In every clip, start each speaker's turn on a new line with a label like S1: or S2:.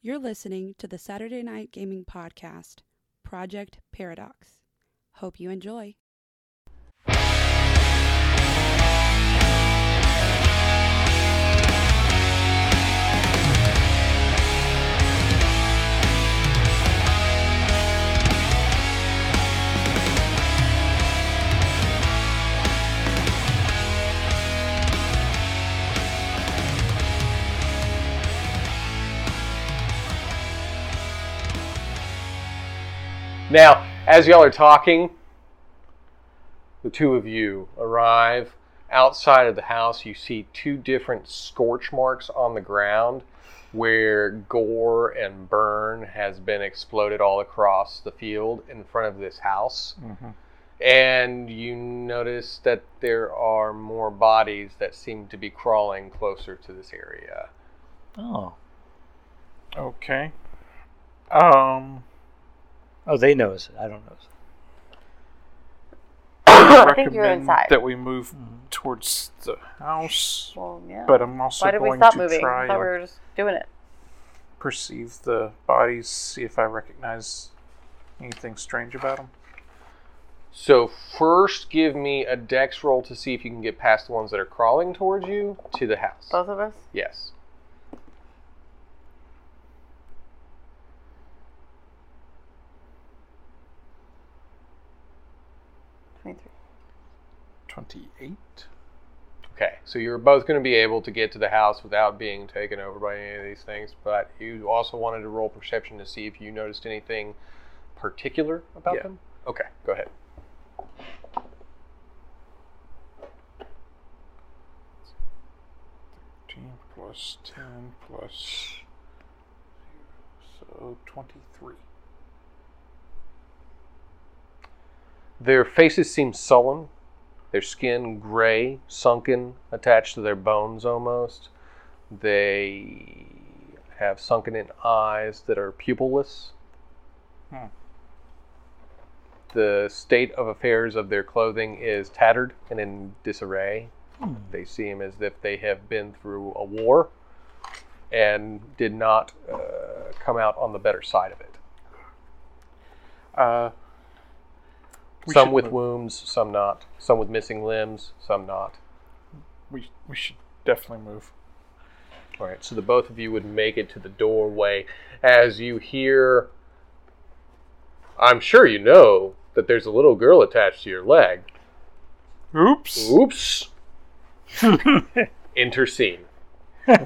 S1: You're listening to the Saturday Night Gaming Podcast, Project Paradox. Hope you enjoy.
S2: Now, as y'all are talking, the two of you arrive outside of the house. You see two different scorch marks on the ground where gore and burn has been exploded all across the field in front of this house. And you notice that there are more bodies that seem to be crawling closer to this area.
S3: Oh.
S4: Okay. Um,
S3: Oh, they notice it. I don't notice it.
S4: I
S5: think you're inside.
S4: that we move towards the house,
S5: Well, yeah.
S4: but I'm also
S5: Why did we
S4: going
S5: stop
S4: to
S5: moving?
S4: try
S5: I thought we
S4: and
S5: were just doing it.
S4: perceive the bodies, see if I recognize anything strange about them.
S2: So first, give me a dex roll to see if you can get past the ones that are crawling towards you to the house.
S5: Both of us.
S2: Yes.
S5: Twenty-three.
S4: 28.
S2: Okay. So you're both going to be able to get to the house without being taken over by any of these things, but you also wanted to roll perception to see if you noticed anything particular about
S4: Yeah.
S2: them. Okay. Go ahead.
S4: Ten plus 10 plus 0. So 23.
S2: Their faces seem sullen, their skin gray, sunken, attached to their bones almost. They have sunken in eyes that are pupilless.
S4: Hmm.
S2: The state of affairs of their clothing is tattered and in disarray. They seem as if they have been through a war and did not uh, come out on the better side of it.
S4: Uh, we
S2: some
S4: should
S2: with
S4: move.
S2: wounds, some not. Some with missing limbs, some not.
S4: We, we should definitely move.
S2: All right, so the both of you would make it to the doorway as you hear. I'm sure you know that there's a little girl attached to your leg.
S4: Oops.
S2: Oops. Enter scene.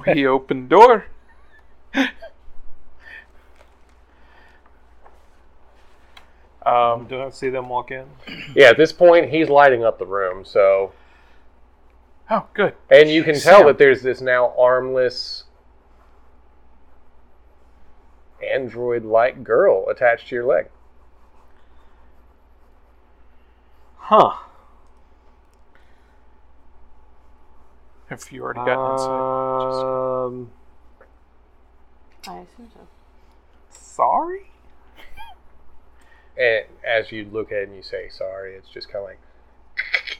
S4: we open door. um,
S6: Do I see them walk in?
S2: Yeah, at this point, he's lighting up the room, so.
S4: oh, good.
S2: And you can tell
S4: Sam.
S2: that there's this now armless android like girl attached to your leg.
S6: Huh.
S4: Have you already gotten inside?
S6: Um,
S5: I assume so.
S4: Just- sorry?
S2: And as you look at it and you say sorry, it's just kind of like.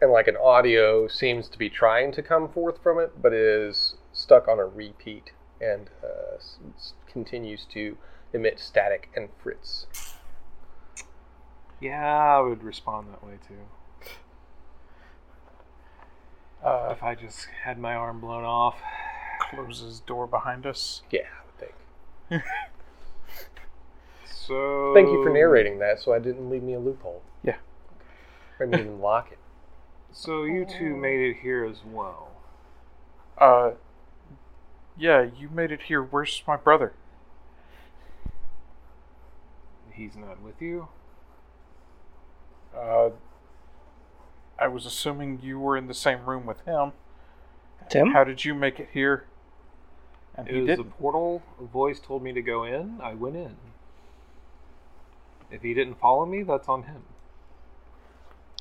S2: And like an audio seems to be trying to come forth from it, but is stuck on a repeat and uh, s- s- continues to emit static and fritz.
S6: yeah, I would respond that way too.
S4: Uh,
S6: If I just had my arm blown off.
S4: closes door behind us.
S2: Yeah, I would think.
S6: So.
S2: Thank you for narrating that, so I didn't leave me a loophole.
S4: Oh. Yeah.
S2: I didn't even lock it.
S6: So you two made it here as well.
S4: Uh, yeah, you made it here. Where's my brother?
S6: He's not with you.
S4: Uh, I was assuming you were in the same room with him.
S3: Tim?
S4: How did you make it here? And
S6: It
S4: he
S6: was
S4: didn't.
S6: a portal. A voice told me to go in. I went in. If he didn't follow me, that's on him.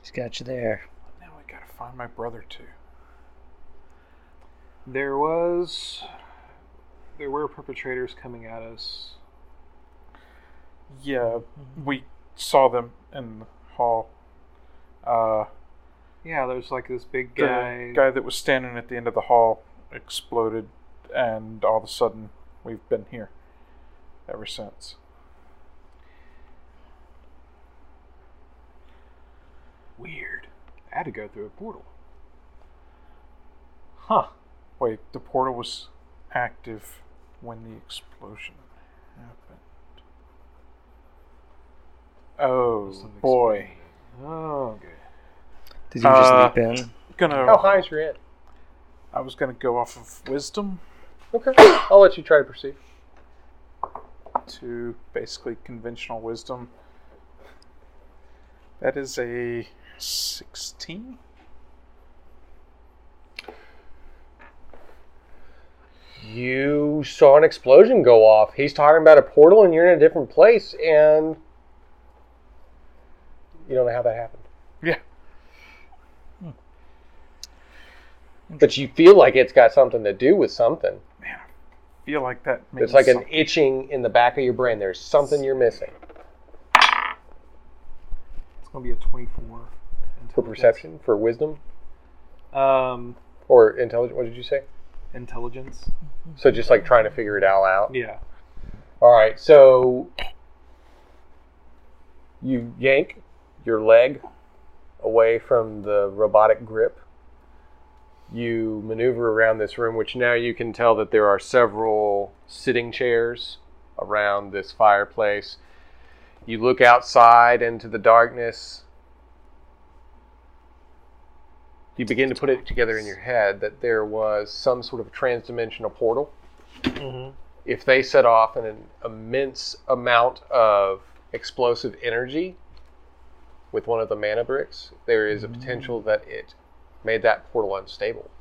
S3: He's got you there.
S4: Now I gotta find my brother too.
S6: There was. There were perpetrators coming at us.
S4: Yeah, we saw them in the hall. Uh,
S6: Yeah, there's like this big
S4: the
S6: guy.
S4: guy that was standing at the end of the hall exploded, and all of a sudden, We've been here ever since.
S6: Weird. I had to go through a portal.
S4: Huh. Wait, the portal was active when the explosion happened. Oh
S6: Some
S4: boy.
S6: experiment. Oh, good.
S3: Did you just
S4: Uh,
S3: leap in?
S4: Gonna
S6: Oh,
S2: How high is your head?
S4: I was gonna go off of wisdom
S2: Okay. I'll let you try to proceed.
S4: to basically conventional wisdom. That is a 16.
S2: You saw an explosion go off. He's talking about a portal, and you're in a different place, and you don't know how that happened.
S4: Yeah.
S2: But you feel like it's got something to do with something.
S4: feel like that means
S2: It's like an
S4: something.
S2: itching in the back of your brain. There's something you're missing.
S6: It's going to be a 24.
S2: For perception, for wisdom,
S6: Um,
S2: or intelligence. What did you say?
S6: intelligence.
S2: So just like trying to figure it all out.
S6: Yeah.
S2: All right, so you yank your leg away from the robotic grip. You maneuver around this room, which now you can tell that there are several sitting chairs around this fireplace. You look outside into the darkness. You begin to put it together in your head that there was some sort of transdimensional portal if they set off an, immense amount of explosive energy with one of the mana bricks, there is a potential that it made that portal unstable.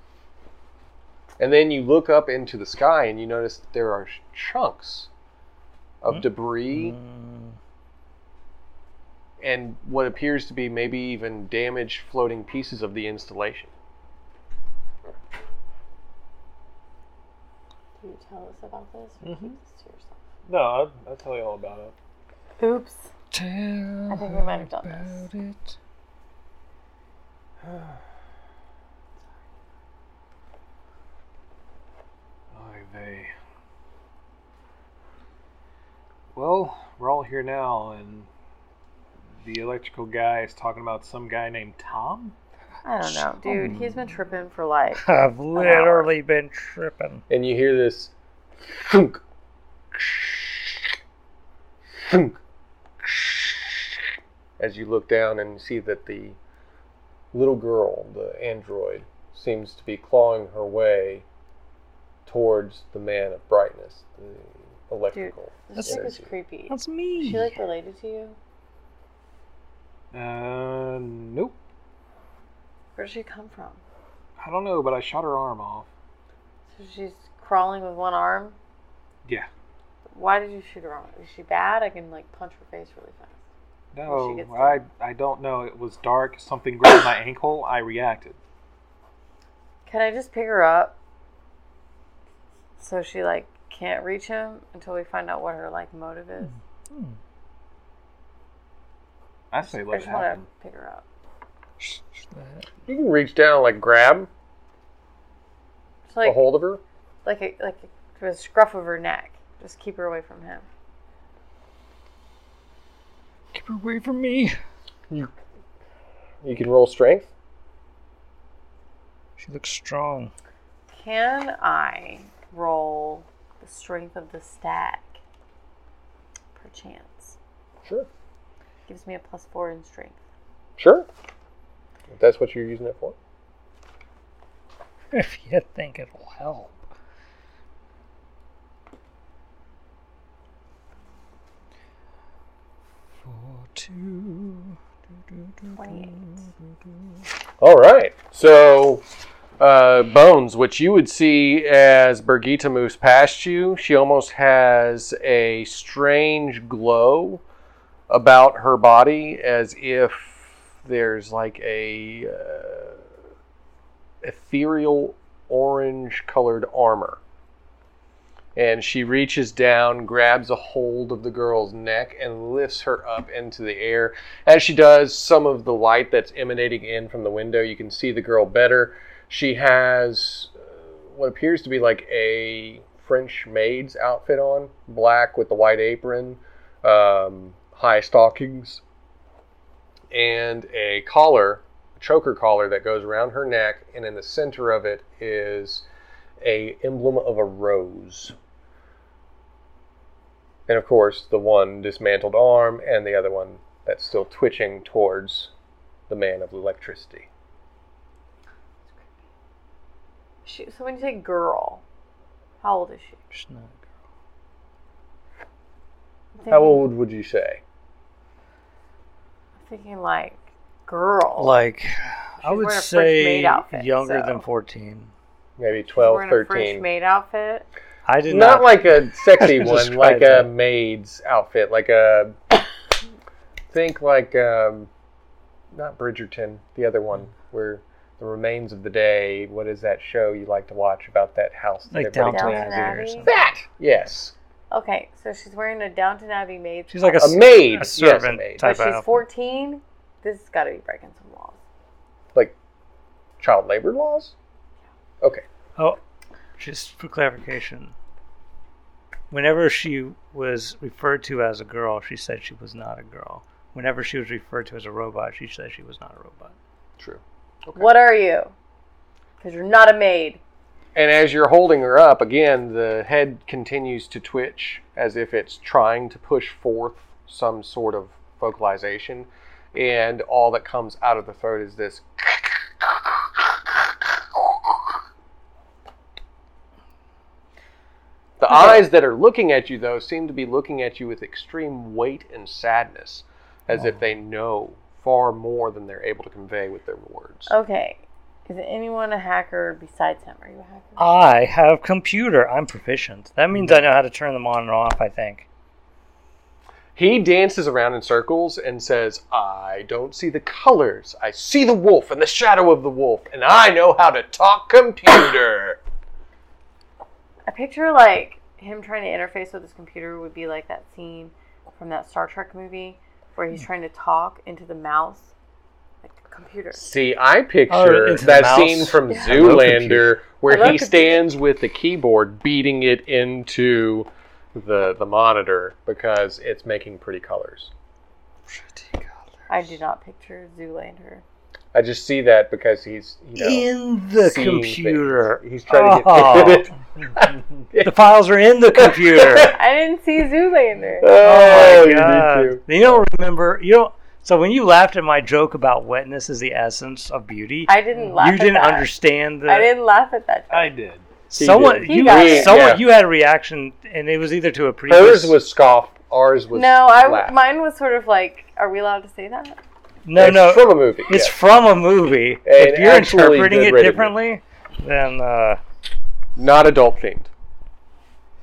S2: And then you look up into the sky and you notice that there are sh- chunks of debris
S3: Mm,
S2: and what appears to be maybe even damaged floating pieces of the installation.
S5: Do you tell us about this? Or
S4: Mm-hmm.
S5: keep this to yourself?
S6: No, I'll, I'll tell you all about it.
S5: Oops.
S3: tell
S5: I think we might have done
S3: about
S5: this.
S3: it.
S6: Oy vey. Well, we're all here now, and the electrical guy is talking about some guy named Tom.
S5: I don't know, dude. He's been tripping for like.
S3: I've literally been tripping.
S2: And you hear this thunk, thunk, as you look down and see that the little girl, the android, seems to be clawing her way towards the man of brightness, the electrical.
S5: This chick
S2: energy.
S5: is creepy.
S3: That's
S5: Is
S3: me.
S5: she like related to you?
S6: Uh, nope.
S5: Where does she come from?
S6: I don't know, but I shot her arm off.
S5: So she's crawling with one arm.
S6: Yeah.
S5: Why did you shoot her arm? Is she bad? I can like punch her face really fast.
S6: No,
S5: gets
S6: I, I don't know. It was dark. Something grabbed my ankle. I reacted.
S5: Can I just pick her up? So she like can't reach him until we find out what her like motive is.
S6: I say
S5: I
S6: let it
S5: just want
S6: happen.
S5: to pick her up.
S2: You can reach down and like grab
S5: Just like
S2: a hold of her.
S5: like a, like a, to the scruff of her neck. Just keep her away from him.
S3: Keep her away from me.
S2: You can roll strength.
S3: She looks strong.
S5: Can I roll the strength of the stack? Perchance
S2: Sure.
S5: gives me a plus four in strength.
S2: Sure. If that's what you're using it for.
S3: If you think it'll help. Four, two. Mm-hmm.
S2: All right. So, uh, Bones, which you would see as Birgitta moves past you, she almost has a strange glow about her body as if there's like a uh, ethereal orange colored armor. And she reaches down, grabs a hold of the girl's neck, and lifts her up into the air. As she does, some of the light that's emanating in from the window, you can see the girl better. She has uh, what appears to be like a French maid's outfit on, black with the white apron, um, high stockings, and a collar, a choker collar that goes around her neck, and in the center of it is a emblem of a rose. And of course, the one dismantled arm and the other one that's still twitching towards the man of electricity.
S5: She, so when you say girl, how old is she?
S3: She's not a girl.
S5: I'm
S2: How
S5: thinking-
S2: old would you say?
S5: I'm thinking like girl.
S3: Like, I
S5: She's
S3: would
S5: wearing a French
S3: say
S5: maid outfit,
S3: younger
S5: so-
S3: than 14.
S2: Maybe
S5: She's
S2: 12,
S5: wearing a
S2: 13.
S5: French maid outfit.
S3: I did
S2: Not
S3: not,
S2: like a sexy
S3: I just
S2: one,
S3: tried
S2: like a
S3: that.
S2: maid's outfit, like a think like um, not Bridgerton, the other one where the remains of the day. What is that show you like to watch about that house? that
S3: like
S2: everybody-
S3: Downton
S5: Downton
S3: Abbey or
S5: Abbey.
S3: something.
S2: That yes,
S5: Okay, so she's wearing a Downton Abbey maid.
S3: She's like a,
S2: a
S3: s-
S2: maid,
S3: a
S2: yes,
S3: servant
S2: maid.
S5: but
S3: type of
S5: she's
S3: outfit.
S5: 14. This has got to be breaking some laws.
S2: like child labor laws. Okay,
S3: Oh, just for clarification. Whenever she was referred to as a girl, she said she was not a girl. Whenever she was referred to as a robot, she said she was not a robot.
S2: true.
S5: What are you? Because you're not a maid.
S2: And as you're holding her up, again, the head continues to twitch as if it's trying to push forth some sort of vocalization. And all that comes out of the throat is this. The eyes that are looking at you, though, seem to be looking at you with extreme weight and sadness, as if they know far more than they're able to convey with their words.
S5: Okay. Is anyone a hacker besides him? Are you a hacker?
S3: I have computer. I'm proficient. That means I know how to turn them on and off, I think.
S2: He dances around in circles and says, I don't see the colors. I see the wolf and the shadow of the wolf, and I know how to talk computer.
S5: I picture like him trying to interface with his computer would be like that scene from that Star Trek movie where he's trying to talk into the mouse, like the computer.
S2: See, I
S3: Oh,
S2: picture
S3: into the
S2: that
S3: mouse.
S2: scene from
S3: Hello,
S2: Zoolander
S3: computer.
S2: where
S5: Hello,
S2: he
S5: computer.
S2: stands with the keyboard beating it into the, the monitor because it's making pretty colors.
S5: I do not picture Zoolander.
S2: I just see that because he's you know,
S3: In the
S2: seeing things.
S3: computer.
S2: He's trying to get
S3: Oh. the files are in the computer.
S5: I didn't see Zoolander.
S2: Oh,
S3: Oh
S2: you
S3: my
S2: need
S3: god!
S2: to.
S3: You don't remember? You don't. So when you laughed at my joke about wetness is the essence of beauty,
S5: I didn't laugh.
S3: you didn't
S5: at that.
S3: understand the
S5: I didn't laugh at that.
S6: I did.
S3: someone.
S2: did.
S5: He
S3: You
S5: got it.
S3: someone.
S2: Yeah.
S3: You had a reaction, and it was either to a previous.
S2: Hers was scoff, ours was
S5: No, I
S2: laugh.
S5: mine was sort of like, are we allowed to say that?
S3: no,
S2: it's
S3: no.
S2: from a movie.
S3: It's
S2: yeah.
S3: from a movie. if you're
S2: actually
S3: interpreting
S2: good
S3: it
S2: written.
S3: differently, then uh,
S2: not adult themed.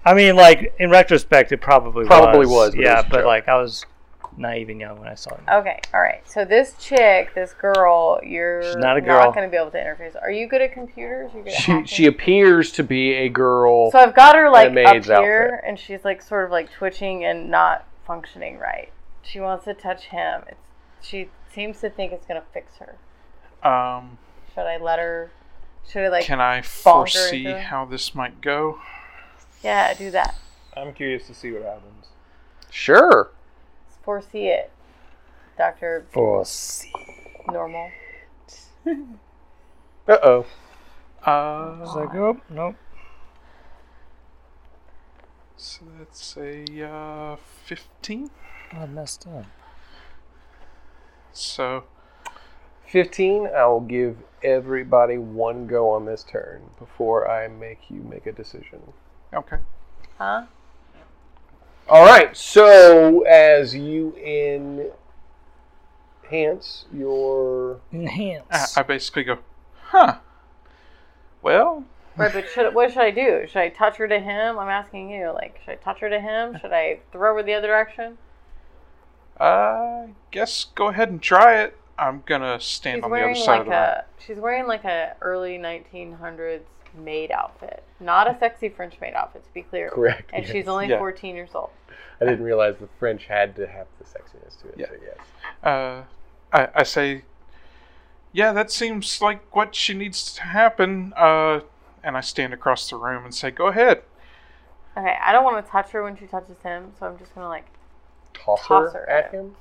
S3: I mean, like in retrospect, it probably
S2: Probably was,
S3: was.
S2: but it
S3: yeah,
S2: was a
S3: but
S2: joke.
S3: like I was naive and young when I saw it.
S5: Okay, all right. So this chick, this girl, you're
S3: She's not a girl.
S5: going to be able to interface. Are you good at computers? You're good at
S2: She
S5: hacking?
S2: she appears to be a girl.
S5: So I've got her like
S2: a
S5: up
S2: maid's
S5: here,
S2: outfit.
S5: and she's like sort of like twitching and not functioning right. She wants to touch him. It's she seems to think it's gonna fix her.
S4: Um,
S5: Should I let her? Should I like
S4: can I
S5: bonk her
S4: foresee
S5: into-
S4: how this might go?
S5: yeah do that?
S6: I'm curious to see what happens.
S2: sure.
S5: Foresee it, Doctor
S3: For
S5: Normal.
S2: Uh oh.
S4: Uh,
S3: like, oh nope.
S4: so that's a uh, 15.
S3: Oh, I messed up.
S4: So
S2: Fifteen. I will give everybody one go on this turn before I make you make a decision.
S4: okay.
S5: Huh?
S2: All right. So as you enhance your
S4: I,
S3: Enhance.
S4: I basically go, huh? Well,
S5: Right, but should what should I do? Should I touch her to him? I'm asking you. Like, should I touch her to him? Should I throw her the other direction?
S4: I guess go ahead and try it. I'm gonna stand
S5: She's
S4: on the other
S5: wearing
S4: side of
S5: like
S4: the room.
S5: a she's wearing like a early 1900s maid outfit, not a sexy French maid outfit to be clear.
S2: correct.
S5: And she's only
S4: Yeah.
S5: 14 years old.
S2: I didn't realize the French had to have the sexiness to it.
S4: Yeah.
S2: but yes.
S4: uh, I, I say, yeah, that seems like what she needs to happen. Uh, and I stand across the room and say, go ahead.
S5: Okay, I don't want to touch her when she touches him, so I'm just gonna like
S2: Toss,
S5: Toss
S2: her,
S5: her
S2: at
S5: at
S2: him.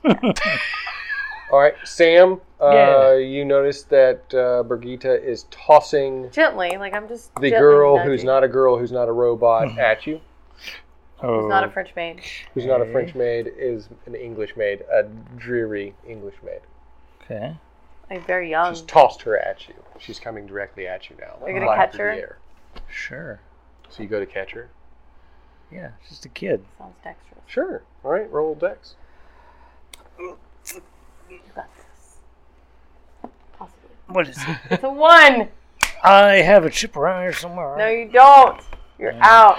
S2: All right, Sam. Uh,
S3: Yeah.
S2: You notice that uh, Brigitte is tossing
S5: gently, like I'm just
S2: the
S5: gently
S2: girl who's
S5: nudging.
S2: not a girl, who's not a robot, at you.
S3: Oh,
S5: who's not a French maid.
S2: Who's not a French maid is an English maid, a dreary English maid.
S3: Okay.
S5: Like very young.
S2: She's tossed her at you. She's coming directly at you now.
S5: Are you Um, gonna
S2: flying
S5: catch
S2: through the
S5: her?
S2: air.
S3: Sure.
S2: So you go to catch her.
S3: Yeah, it's just a kid.
S5: Sounds dexterous.
S2: Sure. All right. Roll dex.
S5: You got this. Possibly.
S3: What is it?
S5: It's a one.
S3: I have a chip around here somewhere.
S5: No, you don't. You're out.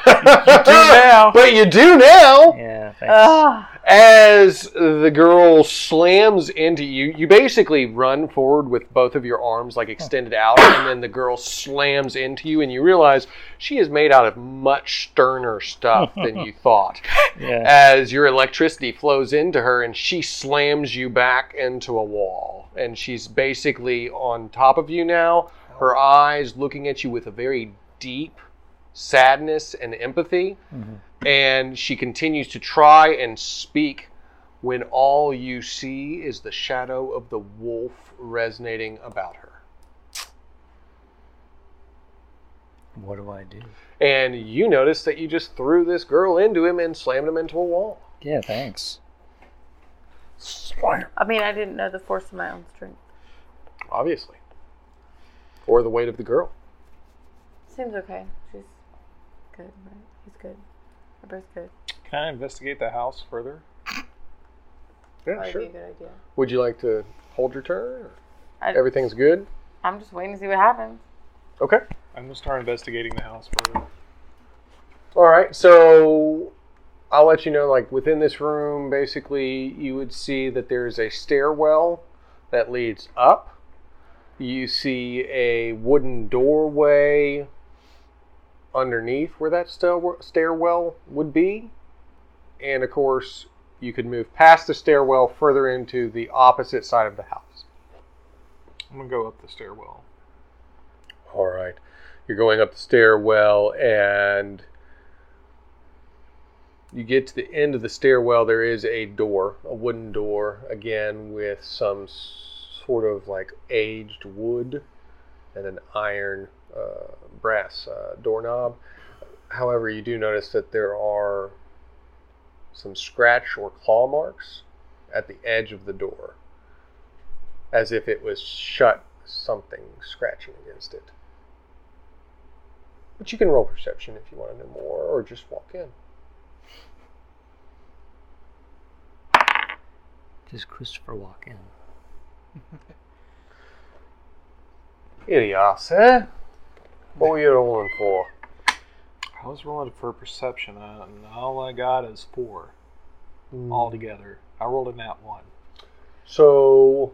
S2: now. But you do now.
S3: Yeah, thanks.
S5: Ugh.
S2: As the girl slams into you, you basically run forward with both of your arms like extended out, and then the girl slams into you, and you realize she is made out of much sterner stuff than you thought.
S3: yeah.
S2: As your electricity flows into her, and she slams you back into a wall, and she's basically on top of you now, her eyes looking at you with a very deep sadness and empathy
S3: Mhm.
S2: and she continues to try and speak when all you see is the shadow of the wolf resonating about her.
S3: What do I do?
S2: And you notice that you just threw this girl into him and slammed him into a wall.
S3: Yeah, thanks.
S4: Slam.
S5: I mean, I didn't know the force of my own strength.
S2: Obviously. Or the weight of the girl.
S5: Seems okay. She's good, right? He's good. We're both good.
S4: Can I investigate the house further?
S2: Yeah,
S5: Probably
S2: sure.
S5: be a good idea.
S2: Would you like to hold your turn? or
S5: I-
S2: Everything's good?
S5: I'm just waiting to see what happens.
S2: Okay.
S4: I'm gonna start investigating the house further.
S2: All right, so I'll let you know. Like within this room, basically, you would see that there is a stairwell that leads up. You see a wooden doorway underneath where that stair- stairwell would be, and of course, you could move past the stairwell further into the opposite side of the house.
S4: I'm gonna go up the stairwell.
S2: All right. You're going up the stairwell and you get to the end of the stairwell. There is a door, a wooden door, again with some sort of like aged wood and an iron uh, brass uh, doorknob. However, you do notice that there are some scratch or claw marks at the edge of the door, as if it was shut, something scratching against it. But you can roll perception if you want to know more, or just walk in.
S3: Just Christopher walk in.
S2: Here you are, sir. What were you rolling for?
S4: I was rolling for perception, uh, and all I got is four
S2: Hmm.
S4: altogether. I rolled a nat one.
S2: So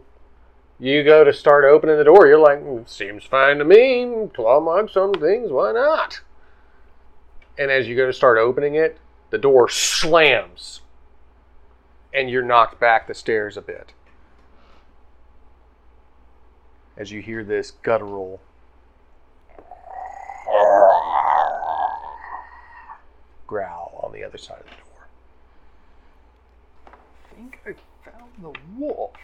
S2: you go to start opening the door. You're like, "Mm, seems fine to me. Claw marks some things. Why not? And as you go to start opening it, the door slams, and you're knocked back the stairs a bit. As you hear this guttural. Growl on the other side of the door.
S4: I think I found the wolf.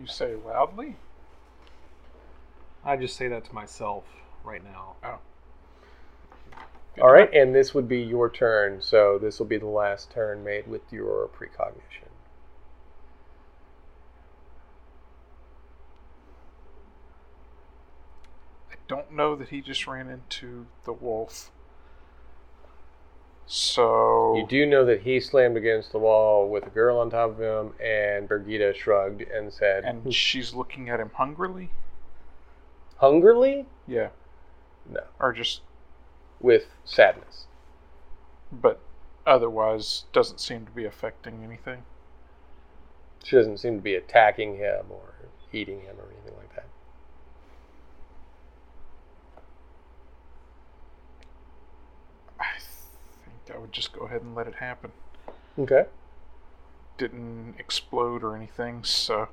S4: You say loudly?
S6: I just say that to myself right now.
S2: All right, and this would be your turn, so this will be the last turn made with your precognition.
S4: I don't know that he just ran into the wolf. So
S2: You do know that he slammed against the wall with a girl on top of him, and Brigida shrugged and said,
S4: and she's looking at him hungrily?
S2: hungrily?
S4: Yeah.
S2: No.
S4: Or just
S2: With sadness.
S4: but otherwise doesn't seem to be affecting anything.
S2: She doesn't seem to be attacking him or eating him or anything like that.
S4: I think I would just go ahead and let it happen.
S2: Okay.
S4: Didn't explode or anything, so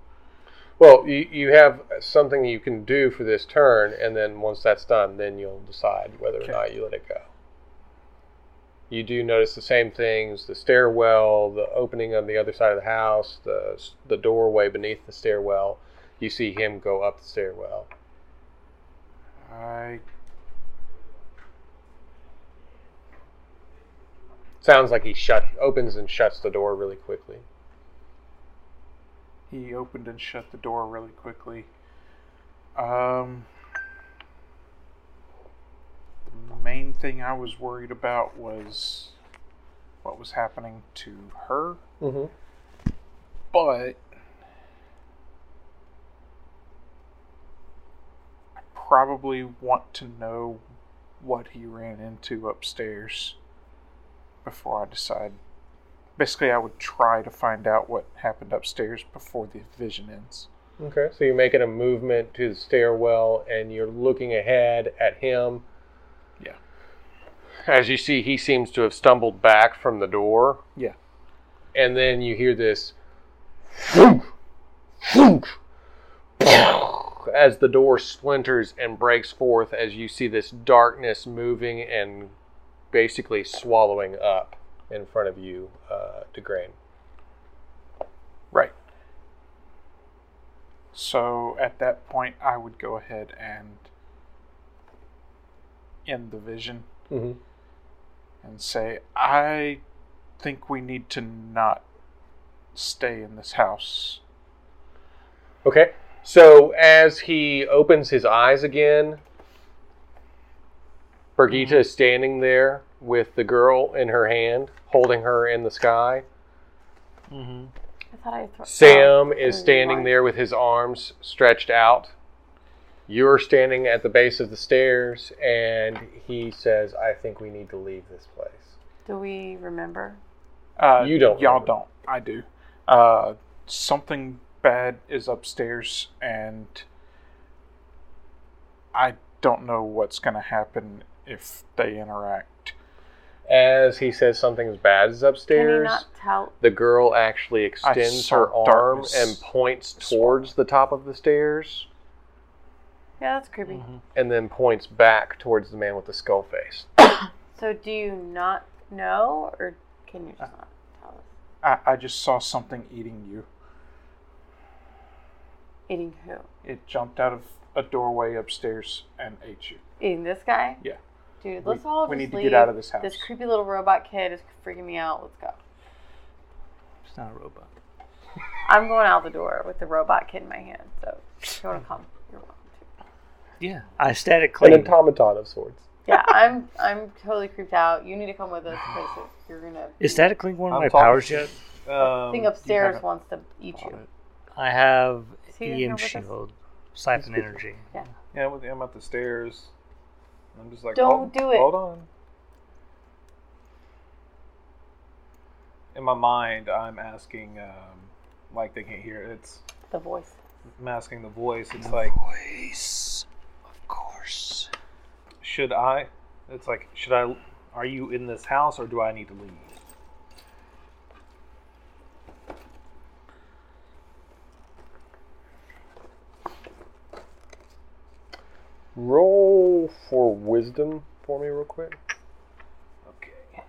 S2: Well, you, you have something you can do for this turn, and then once that's done, then you'll decide whether
S4: Okay.
S2: or not you let it go. You do notice the same things: the stairwell, the opening on the other side of the house, the the doorway beneath the stairwell. You see him go up the stairwell.
S4: I
S2: Sounds like he shut opens and shuts the door really quickly.
S4: he opened and shut the door really quickly. Um, the main thing I was worried about was what was happening to her,
S2: Mm-hmm.
S4: but I probably want to know what he ran into upstairs before I decide. Basically, I would try to find out what happened upstairs before the vision ends.
S2: Okay, so you're making a movement to the stairwell and you're looking ahead at him.
S4: Yeah.
S2: As you see, he seems to have stumbled back from the door.
S4: Yeah.
S2: And then you hear this thunk, thunk, as the door splinters and breaks forth as you see this darkness moving and basically swallowing up in front of you, uh, DeGrane.
S4: Right. So at that point, I would go ahead and end the vision
S2: Mm-hmm.
S4: and say, I think we need to not stay in this house.
S2: Okay. So as he opens his eyes again, Brigitte is standing there with the girl in her hand, holding her in the sky.
S3: Mm-hmm.
S5: I oh, thought I thought.
S2: Sam is standing there with his arms stretched out. You're standing at the base of the stairs, and he says, I think we need to leave this place.
S5: Do we remember?
S4: Uh,
S2: You don't
S4: Y'all
S2: remember.
S4: don't. I do. Uh, something bad is upstairs, and I don't know what's going to happen if they interact.
S2: As he says something bad is
S5: Can you
S2: upstairs,
S5: not tell?
S2: the girl actually extends
S4: saw
S2: her arm
S4: darkness.
S2: and points towards the top of the stairs.
S5: Yeah, that's creepy.
S4: Mm-hmm.
S2: and then points back towards the man with the skull face.
S5: So do you not know, or can you just not tell us?
S4: I, I just saw something eating you.
S5: Eating who?
S4: It jumped out of a doorway upstairs and ate you.
S5: Eating this guy?
S4: Yeah.
S5: Dude,
S4: We-
S5: let's all
S4: we
S5: just
S4: need to get
S5: leave.
S4: out of this house.
S5: This creepy little robot kid is freaking me out. Let's go.
S3: It's not a robot.
S5: I'm going out the door with the robot kid in my hand. So if you want to come, you're welcome to.
S3: Yeah. I static clean.
S2: automaton of sorts.
S5: Yeah, I'm I'm totally creeped out. You need to come with us because you're gonna.
S3: Is static clean one of
S4: I'm
S3: my
S4: talking-
S3: powers yet?
S4: Um,
S5: I think upstairs
S4: haven't
S5: wants to eat you.
S3: I have
S5: Is he in here
S3: Ian
S5: with us?
S3: Shield, Siphon Energy.
S6: Yeah, with him at the stairs. I'm just like,
S5: Don't
S6: hold,
S5: do it.
S6: Hold on. In my mind, I'm asking, um, like they can't hear. it. It's
S5: The voice.
S6: I'm asking the voice. It's like,
S3: Voice, of course.
S6: should I? It's like, should I? Are you in this house or do I need to leave?
S2: Roll for wisdom for me, real quick.
S6: Okay.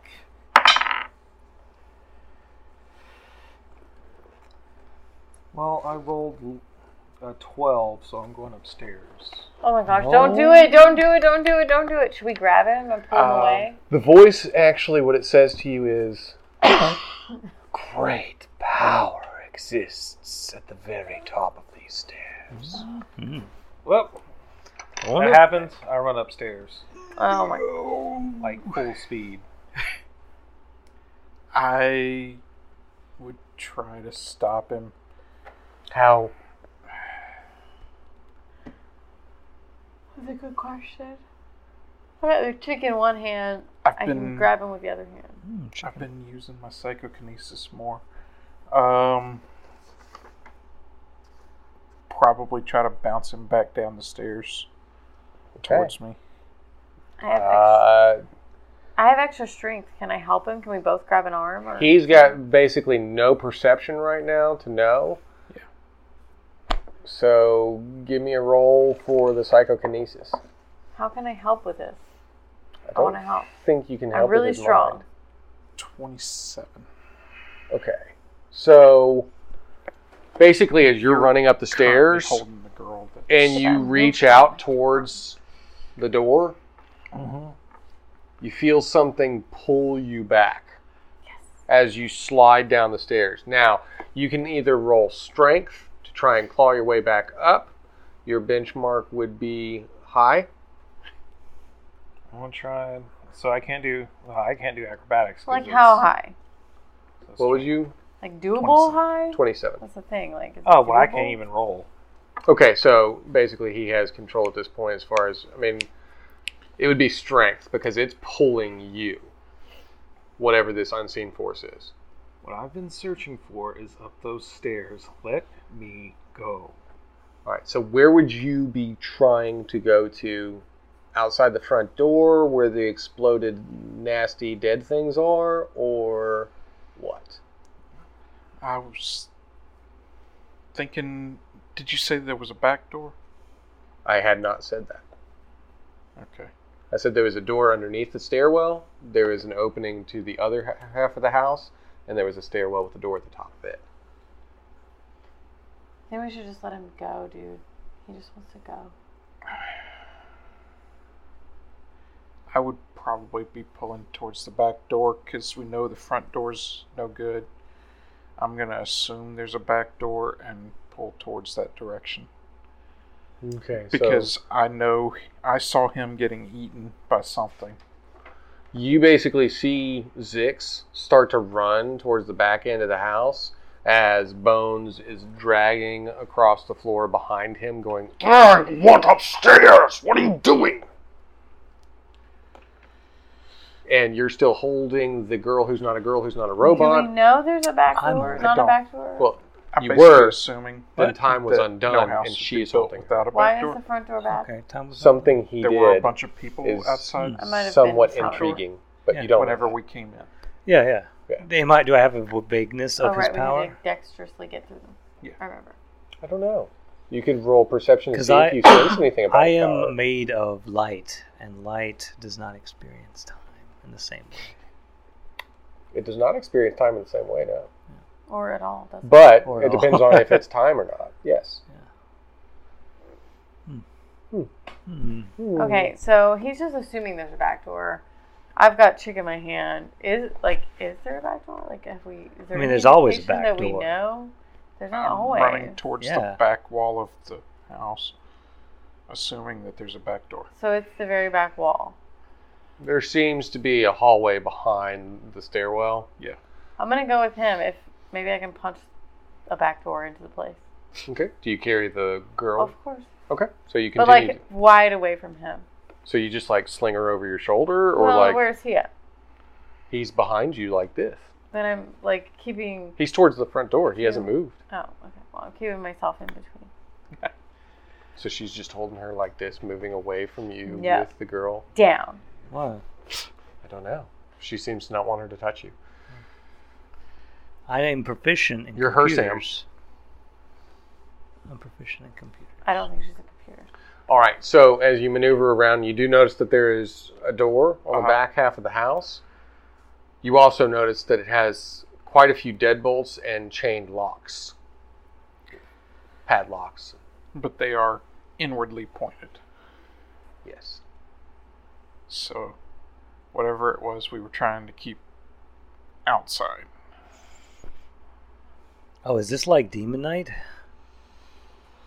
S6: Well, I rolled a 12, so I'm going upstairs.
S5: Oh my gosh! Don't do it! Don't do it! Don't do it! Don't do it! Should we grab him and pull him
S4: Um,
S5: away?
S2: The voice actually, what it says to you is Great power exists at the very top of these stairs.
S6: Well, that happens. I run upstairs,
S5: Oh my!
S6: like full speed.
S4: I would try to stop him.
S2: How?
S5: That's a good question. I got the chick in one hand.
S4: I've
S5: I can
S4: been
S5: grab him with the other hand.
S3: Hmm, check
S4: I've been using my psychokinesis more. Um, probably try to bounce him back down the stairs towards me.
S5: I have, extra,
S2: Uh,
S5: I have extra strength. Can I help him? Can we both grab an arm? Or?
S2: he's got basically no perception right now to know.
S4: Yeah.
S2: So give me a roll for the psychokinesis.
S5: How can I help with this?
S2: I
S5: I
S2: don't
S5: want to help.
S2: think you can help.
S5: I'm really
S2: with his
S5: strong.
S2: mind.
S4: 27.
S2: Okay. So basically, as you're running up the stairs
S4: Currently Holding the girl. That
S2: and you reach out towards the door, you feel something pull you back as you slide down the stairs. Now, you can either roll strength to try and claw your way back up. Your benchmark would be high.
S6: I'm gonna try. and- So I can't do. Well, I can't do acrobatics. 'cause
S5: Like
S6: it's-
S5: how high?
S6: it's
S2: What was you?
S5: Like doable
S4: 27.
S5: high?
S2: 27.
S5: That's the thing. Like is it
S6: Oh well, I
S5: doable?
S6: can't even roll.
S2: Okay, so basically he has control at this point as far as I mean it would be strength because it's pulling you. Whatever this unseen force is.
S6: What I've been searching for is up those stairs. Let me go.
S2: Alright, so where would you be trying to go to? Outside the front door where the exploded nasty dead things are, or what?
S4: I was thinking. Did you say there was a back door?
S2: I had not said that.
S4: Okay.
S2: I said there was a door underneath the stairwell, there was an opening to the other h- half of the house, and there was a stairwell with a door at the top of it.
S5: I think we should just let him go, dude. He just wants to go.
S4: I would probably be pulling towards the back door because we know the front door's no good. I'm going to assume there's a back door and pull towards that direction.
S2: Okay,
S4: Because I know I saw him getting eaten by something.
S2: you basically see Zix start to run towards the back end of the house as Bones is dragging across the floor behind him, going, I want upstairs! What are you doing? And you're still holding the girl who's not a girl who's not a
S5: Do we
S2: robot.
S5: know there's a back
S6: I'm-
S5: door?
S4: I
S5: Not a
S4: don't.
S5: back door.
S2: Well,
S4: I'm
S2: You
S4: basically
S2: were,
S4: assuming
S2: then time was
S4: that
S2: undone,
S4: house
S2: and
S4: would
S2: she
S4: be
S2: is
S4: built
S2: holding her.
S4: without a
S5: Why
S4: back
S5: is
S4: door.
S5: the front door back?
S3: Okay, Tom was
S2: something he
S4: there were a
S2: did
S4: bunch of people
S2: is-
S4: outside
S5: I might have
S2: somewhat
S5: been inside.
S2: intriguing, but
S3: Yeah,
S2: you don't.
S4: whenever we came in.
S3: Yeah, yeah.
S2: Yeah.
S3: They might. Do I have a vagueness
S5: Oh,
S3: of
S5: right,
S3: his power?
S5: we need to dexterously get through them.
S4: Yeah.
S5: I remember.
S2: I don't know. You could roll perception to
S3: 'Cause
S2: see
S3: I-
S2: if you sense anything about
S3: I am
S2: power.
S3: made of light, and light does not experience time in the same way.
S2: It does not experience time in the same way now.
S5: Or at all, doesn't it?
S2: But
S3: Or
S2: it
S3: at all.
S2: depends on if it's time or not. Yes.
S3: Hmm.
S5: Okay, so he's just assuming there's a back door. I've got chick in my hand. Is like, is there a back door? Like, have we? Is there
S3: mean,
S5: any
S3: there's always a
S5: indication
S3: back
S5: that we
S3: door.
S5: know. There's not
S4: I'm
S5: always.
S4: running towards
S3: Yeah.
S4: the back wall of the house, assuming that there's a back door.
S5: So it's the very back wall.
S2: There seems to be a hallway behind the stairwell.
S4: Yeah.
S5: I'm gonna go with him if maybe I can punch a back door into the place.
S2: Okay. Do you carry the girl?
S5: Of course,
S2: Okay. So you
S5: Oh. but
S2: continue.
S5: like wide away from him.
S2: so you just like sling her over your shoulder, or
S5: well,
S2: like
S5: where's he at?
S2: he's behind you like this.
S5: Then I'm like keeping.
S2: He's towards the front door. He hasn't moved.
S5: Oh, okay. Well, I'm keeping myself in between.
S2: So she's just holding her like this, moving away from you
S5: Yeah.
S2: with the girl.
S5: Down.
S3: Wow.
S2: I don't know. She seems to not want her to touch you.
S3: I am proficient in
S2: You're her, Sam.
S3: computers. I'm proficient in computers.
S5: I don't think she's a computer.
S2: All right. So as you maneuver around, you do notice that there is a door on the
S4: Uh-huh.
S2: back half of the house. You also notice that it has quite a few deadbolts and chained locks, padlocks.
S4: But they are inwardly pointed.
S2: Yes.
S4: So, whatever it was we were trying to keep outside.
S3: Oh, is this like Demon Knight?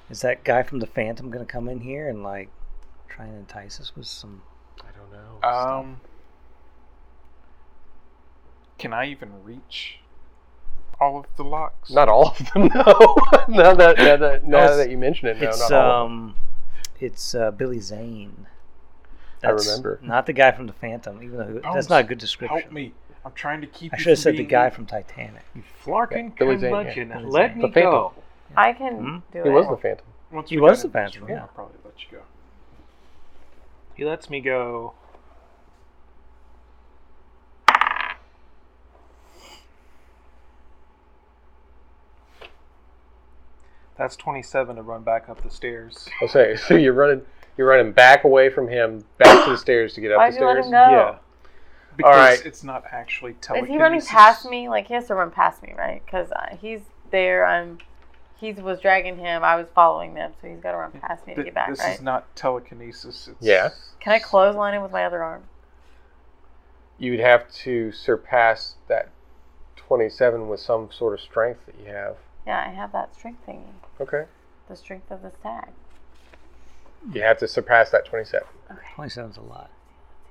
S3: Is that guy from the Phantom gonna come in here and like try and entice us with some?
S2: I don't know.
S4: Um, can I even reach all of the locks?
S2: not all of them, no. now that now that, now
S3: That's-
S2: that you mention it, no,
S3: it's
S2: not all. of them.
S3: um, it's uh, Billy Zane.
S2: I remember.
S3: Not the guy from the Phantom, even though that's
S4: Bones,
S3: not a good description.
S4: Help me! I'm trying to keep.
S3: I
S4: you
S3: should have
S4: from
S3: said the
S4: being
S3: guy
S4: eaten.
S3: from Titanic.
S6: You flarkin'
S2: Billy Zane, yeah.
S6: curmudgeon.
S3: Billy
S6: Let
S3: Zane.
S2: The
S6: me
S2: Phantom.
S6: go.
S5: I can
S3: Hmm?
S5: do it.
S2: He was the phantom.
S4: Once
S3: He
S4: we
S3: was
S4: got
S3: the
S4: in this
S3: bathroom,
S4: room,
S3: yeah.
S4: I'll probably let you go.
S6: He lets me go. That's 27 to run back up the stairs.
S2: Okay, so you're running. You're running back away from him, back to the stairs to get up
S5: Why'd
S2: the
S5: you let
S2: stairs.
S5: him go?
S6: Yeah.
S4: Because
S2: right.
S4: it's not actually
S5: Is
S4: telekinesis.
S5: he running past me? Like he has to run past me, right? Because he's there. I'm. He was dragging him. I was following them, so he's got to run past me to
S4: Th-
S5: get back,
S4: this
S5: right?
S4: is not telekinesis. It's...
S2: Yeah.
S5: Can I clothesline him with my other arm?
S2: You would have to surpass that 27 with some sort of strength that you have.
S5: Yeah, I have that strength thingy.
S2: Okay.
S5: The strength of the stag.
S2: You have to surpass that 27.
S3: Twenty seven's a lot.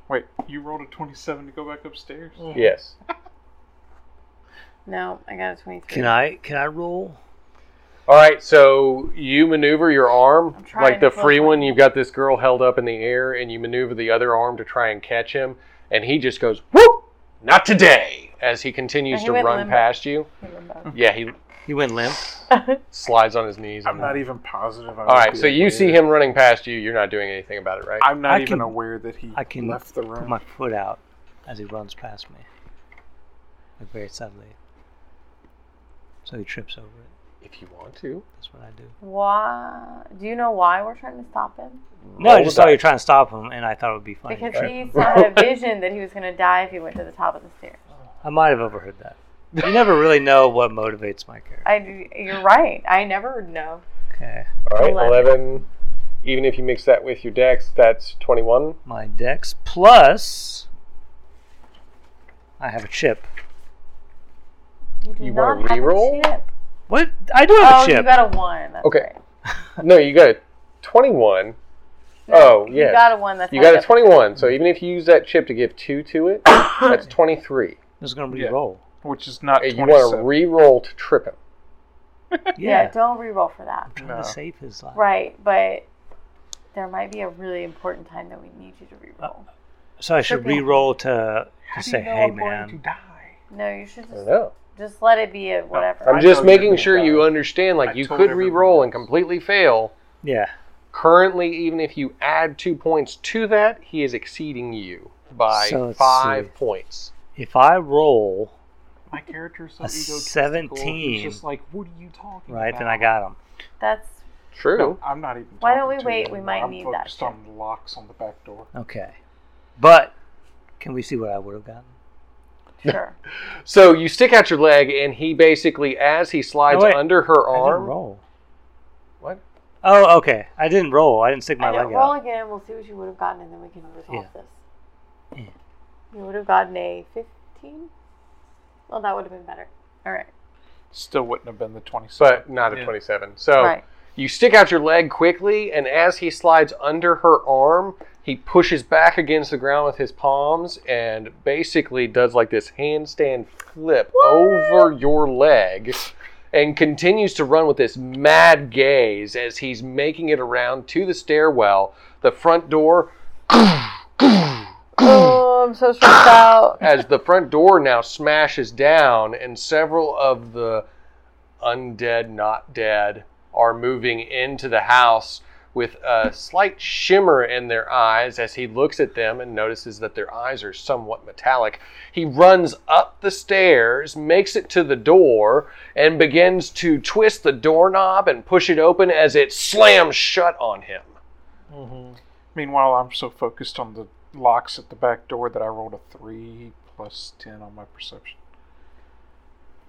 S4: Wait, you rolled a 27 to go back upstairs?
S2: Yes.
S5: No, I got a twenty-three.
S3: Can I can I roll?
S2: All right, so you maneuver your arm
S5: I'm trying
S2: like the
S5: to pull
S2: free
S5: my-
S2: one. You've got this girl held up in the air, and you maneuver the other arm to try and catch him, and he just goes whoop, not today, as he continues
S5: And he
S2: to
S5: went
S2: run
S5: limp.
S2: past you.
S5: Remember.
S2: Yeah, he
S3: He went limp.
S2: slides on his knees.
S4: I'm
S2: and-
S4: not even positive. I
S2: All right, so you see him running past you. You're not doing anything about it, right?
S4: I'm not
S3: I
S4: even
S3: can-
S4: aware that he
S3: I can
S4: left the
S3: Put
S4: room.
S3: my foot out as he runs past me, like very suddenly. So he trips over it.
S2: if you want to.
S3: That's what I do.
S5: Why? Do you know why we're trying to stop him?
S3: No, I
S2: Roll
S3: just
S2: the
S3: thought you were
S2: dice.
S3: trying to stop him, and I thought it would be funny.
S5: Because
S2: Right.
S5: he saw had a vision that he was going to die if he went to the top of the stairs.
S3: I might have overheard that. You never really know what motivates my character.
S5: I do. You're right. I never know.
S3: Okay.
S2: All right,
S5: 11.
S2: 11. Even if you mix that with your dex, that's 21.
S3: My dex plus. I have a chip.
S5: You do
S2: You wanna
S5: not have
S2: reroll?
S5: a chip.
S3: What? I do have
S5: Oh,
S3: a
S5: you
S3: chip.
S5: got a one. That's
S2: Okay.
S5: right.
S2: No, you got a 21. Oh, yes.
S5: You got a one. That's
S2: You got a
S5: like
S2: 21, so even if you use that chip to give 2 to it, that's 23.
S3: It's going to
S4: Yeah.
S3: re-roll.
S4: Which is not
S2: Hey, you
S4: 27.
S2: want to re-roll to trip him.
S3: Yeah.
S5: Yeah. don't re-roll for that.
S3: I'm trying
S4: No.
S3: to save his life.
S5: Right, but there might be a really important time that we need you to re-roll.
S3: So I should
S5: Okay.
S3: re-roll to,
S4: How
S3: to
S4: do
S3: say,
S4: you know
S3: hey,
S4: I'm
S3: man.
S4: Going to die?
S5: No, you should
S2: I don't
S5: just
S2: know.
S5: just let it be a whatever.
S2: I'm
S4: I
S2: just
S4: told you
S2: making
S4: about
S2: sure
S4: that.
S2: you understand, like,
S4: I
S2: you
S4: told
S2: could
S4: everyone
S2: re-roll
S4: else.
S2: and completely fail.
S3: Yeah.
S2: Currently, even if you add 2 points to that, he is exceeding you by
S3: So let's
S2: 5
S3: see.
S2: points.
S3: If I roll
S4: My character is so
S3: A
S4: egotistical. He's
S3: 17.
S4: just like, what are you talking
S3: right,
S4: about?
S3: then I got him.
S5: That's
S2: True.
S4: No, I'm not even.
S5: Why don't
S4: talking
S5: we
S4: to
S5: wait?
S4: you
S5: We
S4: anymore.
S5: might
S4: I'm
S5: need that
S4: focused
S5: shit.
S4: on the locks on the back door.
S3: Okay. But can we see what I would have gotten?
S5: sure.
S2: So you stick out your leg, and he basically, as he slides
S3: No, wait.
S2: under her
S3: I didn't
S2: arm,
S3: roll.
S2: what?
S3: Oh, okay. I didn't roll. I didn't stick my
S5: I know,
S3: leg
S5: roll
S3: out.
S5: again. We'll see what you would have gotten, and then we can resolve
S3: Yeah.
S5: this.
S3: Yeah.
S5: You would have gotten a fifteen. Well, that would have been better. All right.
S4: Still wouldn't have been the 27.
S2: but not a
S4: Yeah.
S2: 27. So
S5: Right.
S2: you stick out your leg quickly, and as he slides under her arm, he pushes back against the ground with his palms and basically does like this handstand flip over your leg and continues to run with this mad gaze as he's making it around to the stairwell, the front door,
S5: oh, I'm so stressed out.
S2: as the front door now smashes down and several of the undead not dead are moving into the house with a slight shimmer in their eyes as he looks at them and notices that their eyes are somewhat metallic he runs up the stairs makes it to the door and begins to twist the doorknob and push it open as it slams shut on him
S4: Meanwhile, I'm so focused on the locks at the back door that I rolled a 3 plus 10 on my perception.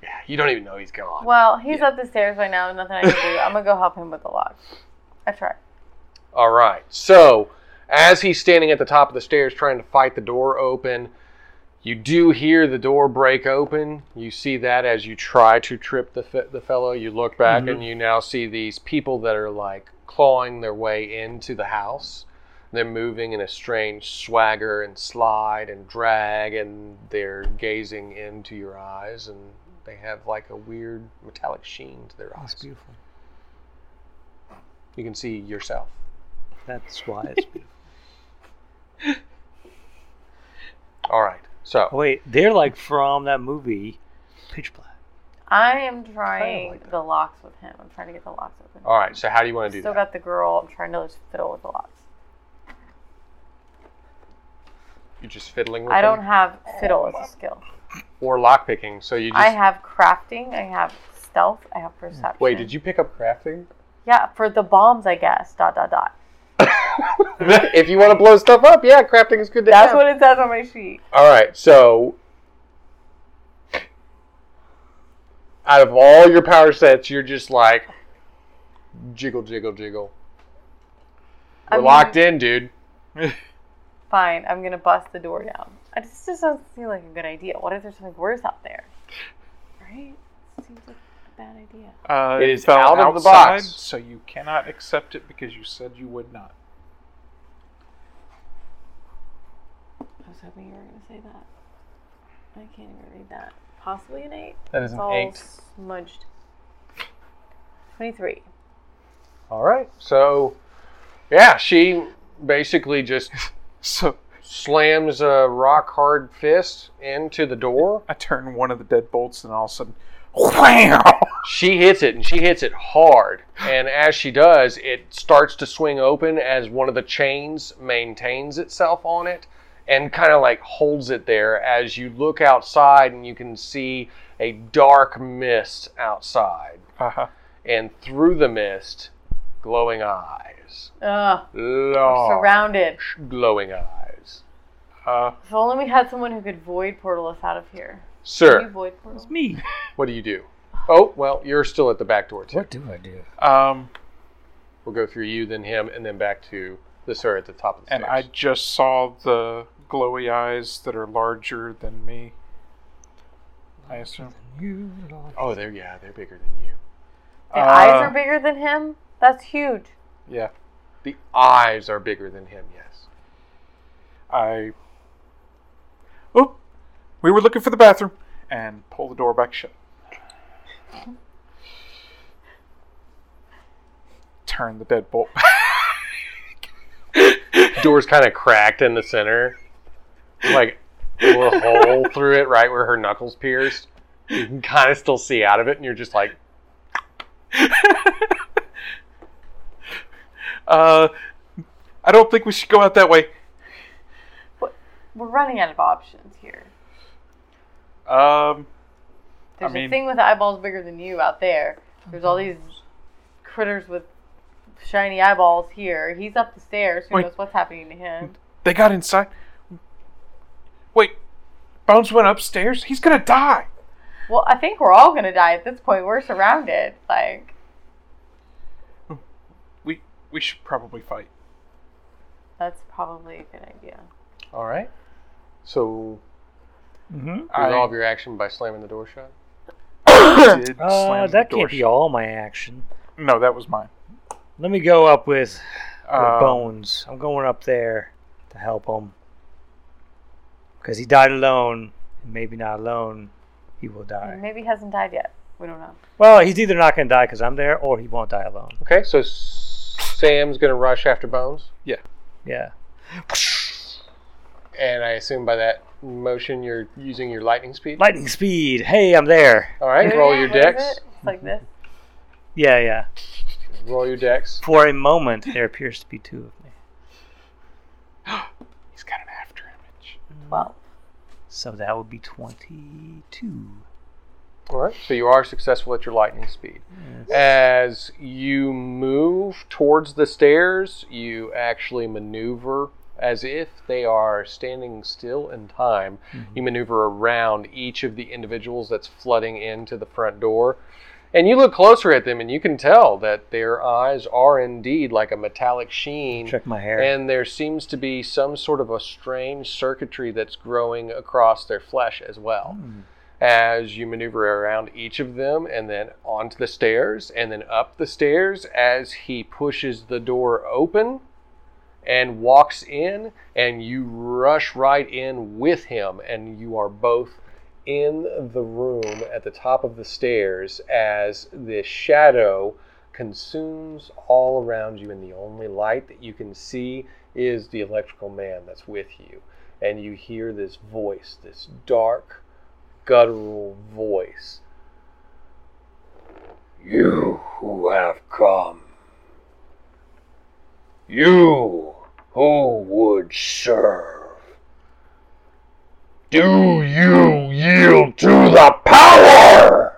S2: yeah you don't even know he's gone
S5: Well, he's up the stairs right now. Nothing I can do. I'm gonna go help him with the locks. I try.
S2: All right. So, as he's standing at the top of the stairs trying to fight the door open, you do hear the door break open. You see that as you try to trip the, fe- the fellow. You look back
S3: Mm-hmm.
S2: and you now see these people that are like clawing their way into the house. They're moving in a strange swagger and slide and drag, and they're gazing into your eyes, and they have like a weird metallic sheen to their
S3: That's
S2: eyes.
S3: beautiful.
S2: You can see yourself.
S3: That's why it's beautiful.
S2: All right. So,
S3: Oh, wait, they're like from that movie, Pitch Black.
S5: I am trying
S2: like that.
S5: the locks with him. I'm trying to get the locks open.
S2: All right. So how do you want to Oh, do
S5: Still
S2: that?
S5: got the girl. I'm trying to just fiddle with the locks.
S2: You're just fiddling with
S5: I don't
S2: them?
S5: have fiddle
S3: Oh,
S5: as a skill.
S2: or lockpicking. So you just
S5: I have crafting. I have stealth. I have perception.
S2: wait. Did you pick up crafting?
S5: Yeah, for the bombs, I guess. Dot dot dot.
S2: if you want to blow stuff up, yeah, crafting is good to
S5: That's
S2: have.
S5: what it says on my sheet.
S2: All right, so out of all your power sets, you're just like jiggle, jiggle, jiggle.
S5: I
S2: We're
S5: mean-
S2: locked in, dude.
S5: Fine, I'm gonna bust the door down. I just, this doesn't seem like a good idea. What if there's something worse out there? Right? Seems like a bad idea.
S4: Uh,
S2: It is
S4: fell
S2: out of the
S4: outside,
S2: box.
S4: so you cannot accept it because you said you would not.
S5: I was hoping you were gonna say that. I can't even read that. Possibly an eight.
S2: That is
S5: It's
S2: an
S5: all
S2: eight.
S5: smudged. Twenty-three.
S2: All right, so yeah, she basically just
S4: So
S2: slams a rock hard fist into the door.
S4: I turn one of the deadbolts, and all of a sudden, wow!
S2: She hits it and she hits it hard. And as she does, it starts to swing open as one of the chains maintains itself on it and kind of like holds it there as you look outside and you can see a dark mist outside.
S4: Uh-huh.
S2: And through the mist, glowing eyes.
S5: Ugh.
S2: Large
S5: Surrounded.
S2: glowing eyes.
S4: Uh,
S5: If only we had someone who could void portal us out of here. Can you
S2: Sir,
S5: void portal?
S3: Me.
S2: what do you do? Oh, well, you're still at the back door, too.
S3: What do I do?
S4: um,
S2: We'll go through you, then him, and then back to the sir at the top of the
S4: and I
S2: stairs.
S4: just saw the glowy eyes that are larger than me. I assume.
S3: You.
S2: Oh, they're yeah, they're bigger than you.
S5: The eyes
S4: Uh,
S5: are bigger than him? That's huge.
S4: Yeah,
S2: The eyes are bigger than him. Yes.
S4: I. Oop! We were looking for the bathroom, and pull the door back shut. Turn the deadbolt.
S2: Door's kind of cracked in the center, like a little hole through it, right where her knuckles pierced. You can kind of still see out of it, and you're just like,
S4: uh, I don't think we should go out that way.
S5: We're running out of options here.
S4: Um,
S5: There's
S4: I mean-
S5: a thing with eyeballs bigger than you out there. There's all these critters with shiny eyeballs here. He's up the stairs. Who
S4: Wait.
S5: knows what's happening to him?
S4: They got inside. Wait, Bones went upstairs. He's gonna die.
S5: Well, I think we're all gonna die at this point. We're surrounded. Like,
S4: We we should probably fight.
S5: that's probably a good idea.
S2: all right. So
S3: Mm-hmm.
S2: resolve your action by slamming the door shut.
S4: I did
S3: Uh,
S4: slam
S3: that
S4: the door
S3: can't be
S4: shut.
S3: all my action.
S4: No, that was mine.
S3: Let me go up with
S4: Uh,
S3: Bones. I'm going up there to help him. Because he died alone, and maybe not alone, he will die.
S5: Maybe he hasn't died yet. We don't know.
S3: Well, he's either not going to die because I'm there, or he won't die alone.
S2: Okay, so S- Sam's gonna rush after Bones,
S3: Yeah.
S2: and I assume by that motion you're using your lightning speed.
S3: Lightning speed. Hey, I'm there.
S2: All right, roll your
S5: What is
S2: dex.
S5: it? It's like this.
S3: Yeah, yeah.
S2: Roll your dex.
S3: For a moment, there appears to be two of me.
S4: He's got an after image.
S5: Well,
S3: So that would be 22.
S2: All right, so you are successful at your lightning speed. As you move towards the stairs, you actually maneuver as if they are standing still in time. You maneuver around each of the individuals that's flooding into the front door. And you look closer at them, and you can tell that their eyes are indeed like a metallic sheen.
S3: Check my hair.
S2: And there seems to be some sort of a strange circuitry that's growing across their flesh as well. As you maneuver around each of them and then onto the stairs and then up the stairs as he pushes the door open and walks in, and you rush right in with him, and you are both in the room at the top of the stairs as this shadow consumes all around you, and the only light that you can see is the electrical man that's with you. And you hear this voice, this dark, guttural voice. You who have come. You who would serve. Do you yield to the power?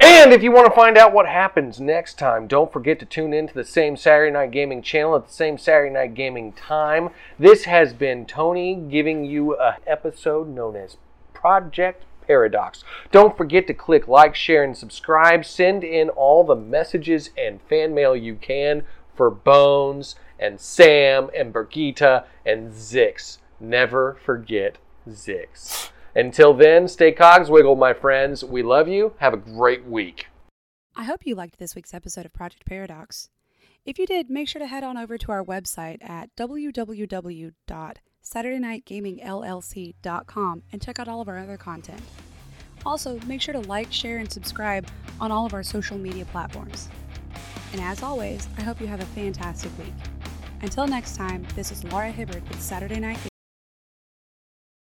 S2: And And if you want to find out what happens next time, don't forget to tune in to the same Saturday Night Gaming channel at the same Saturday Night Gaming time. This has been Tony giving you a episode known as Project Paradox. Don't forget to click like, share, and subscribe. Send in all the messages and fan mail you can for Bones and Sam and Birgitta and Zix. Never forget Zix. Until then, stay cogswiggle, my friends. We love you. Have a great week.
S1: I hope you liked this week's episode of Project Paradox. If you did, make sure to head on over to our website at www.saturdaynightgamingllc.com and check out all of our other content. Also, make sure to like, share, and subscribe on all of our social media platforms. And as always, I hope you have a fantastic week. Until next time, this is Laura Hibbert with Saturday Night Gaming.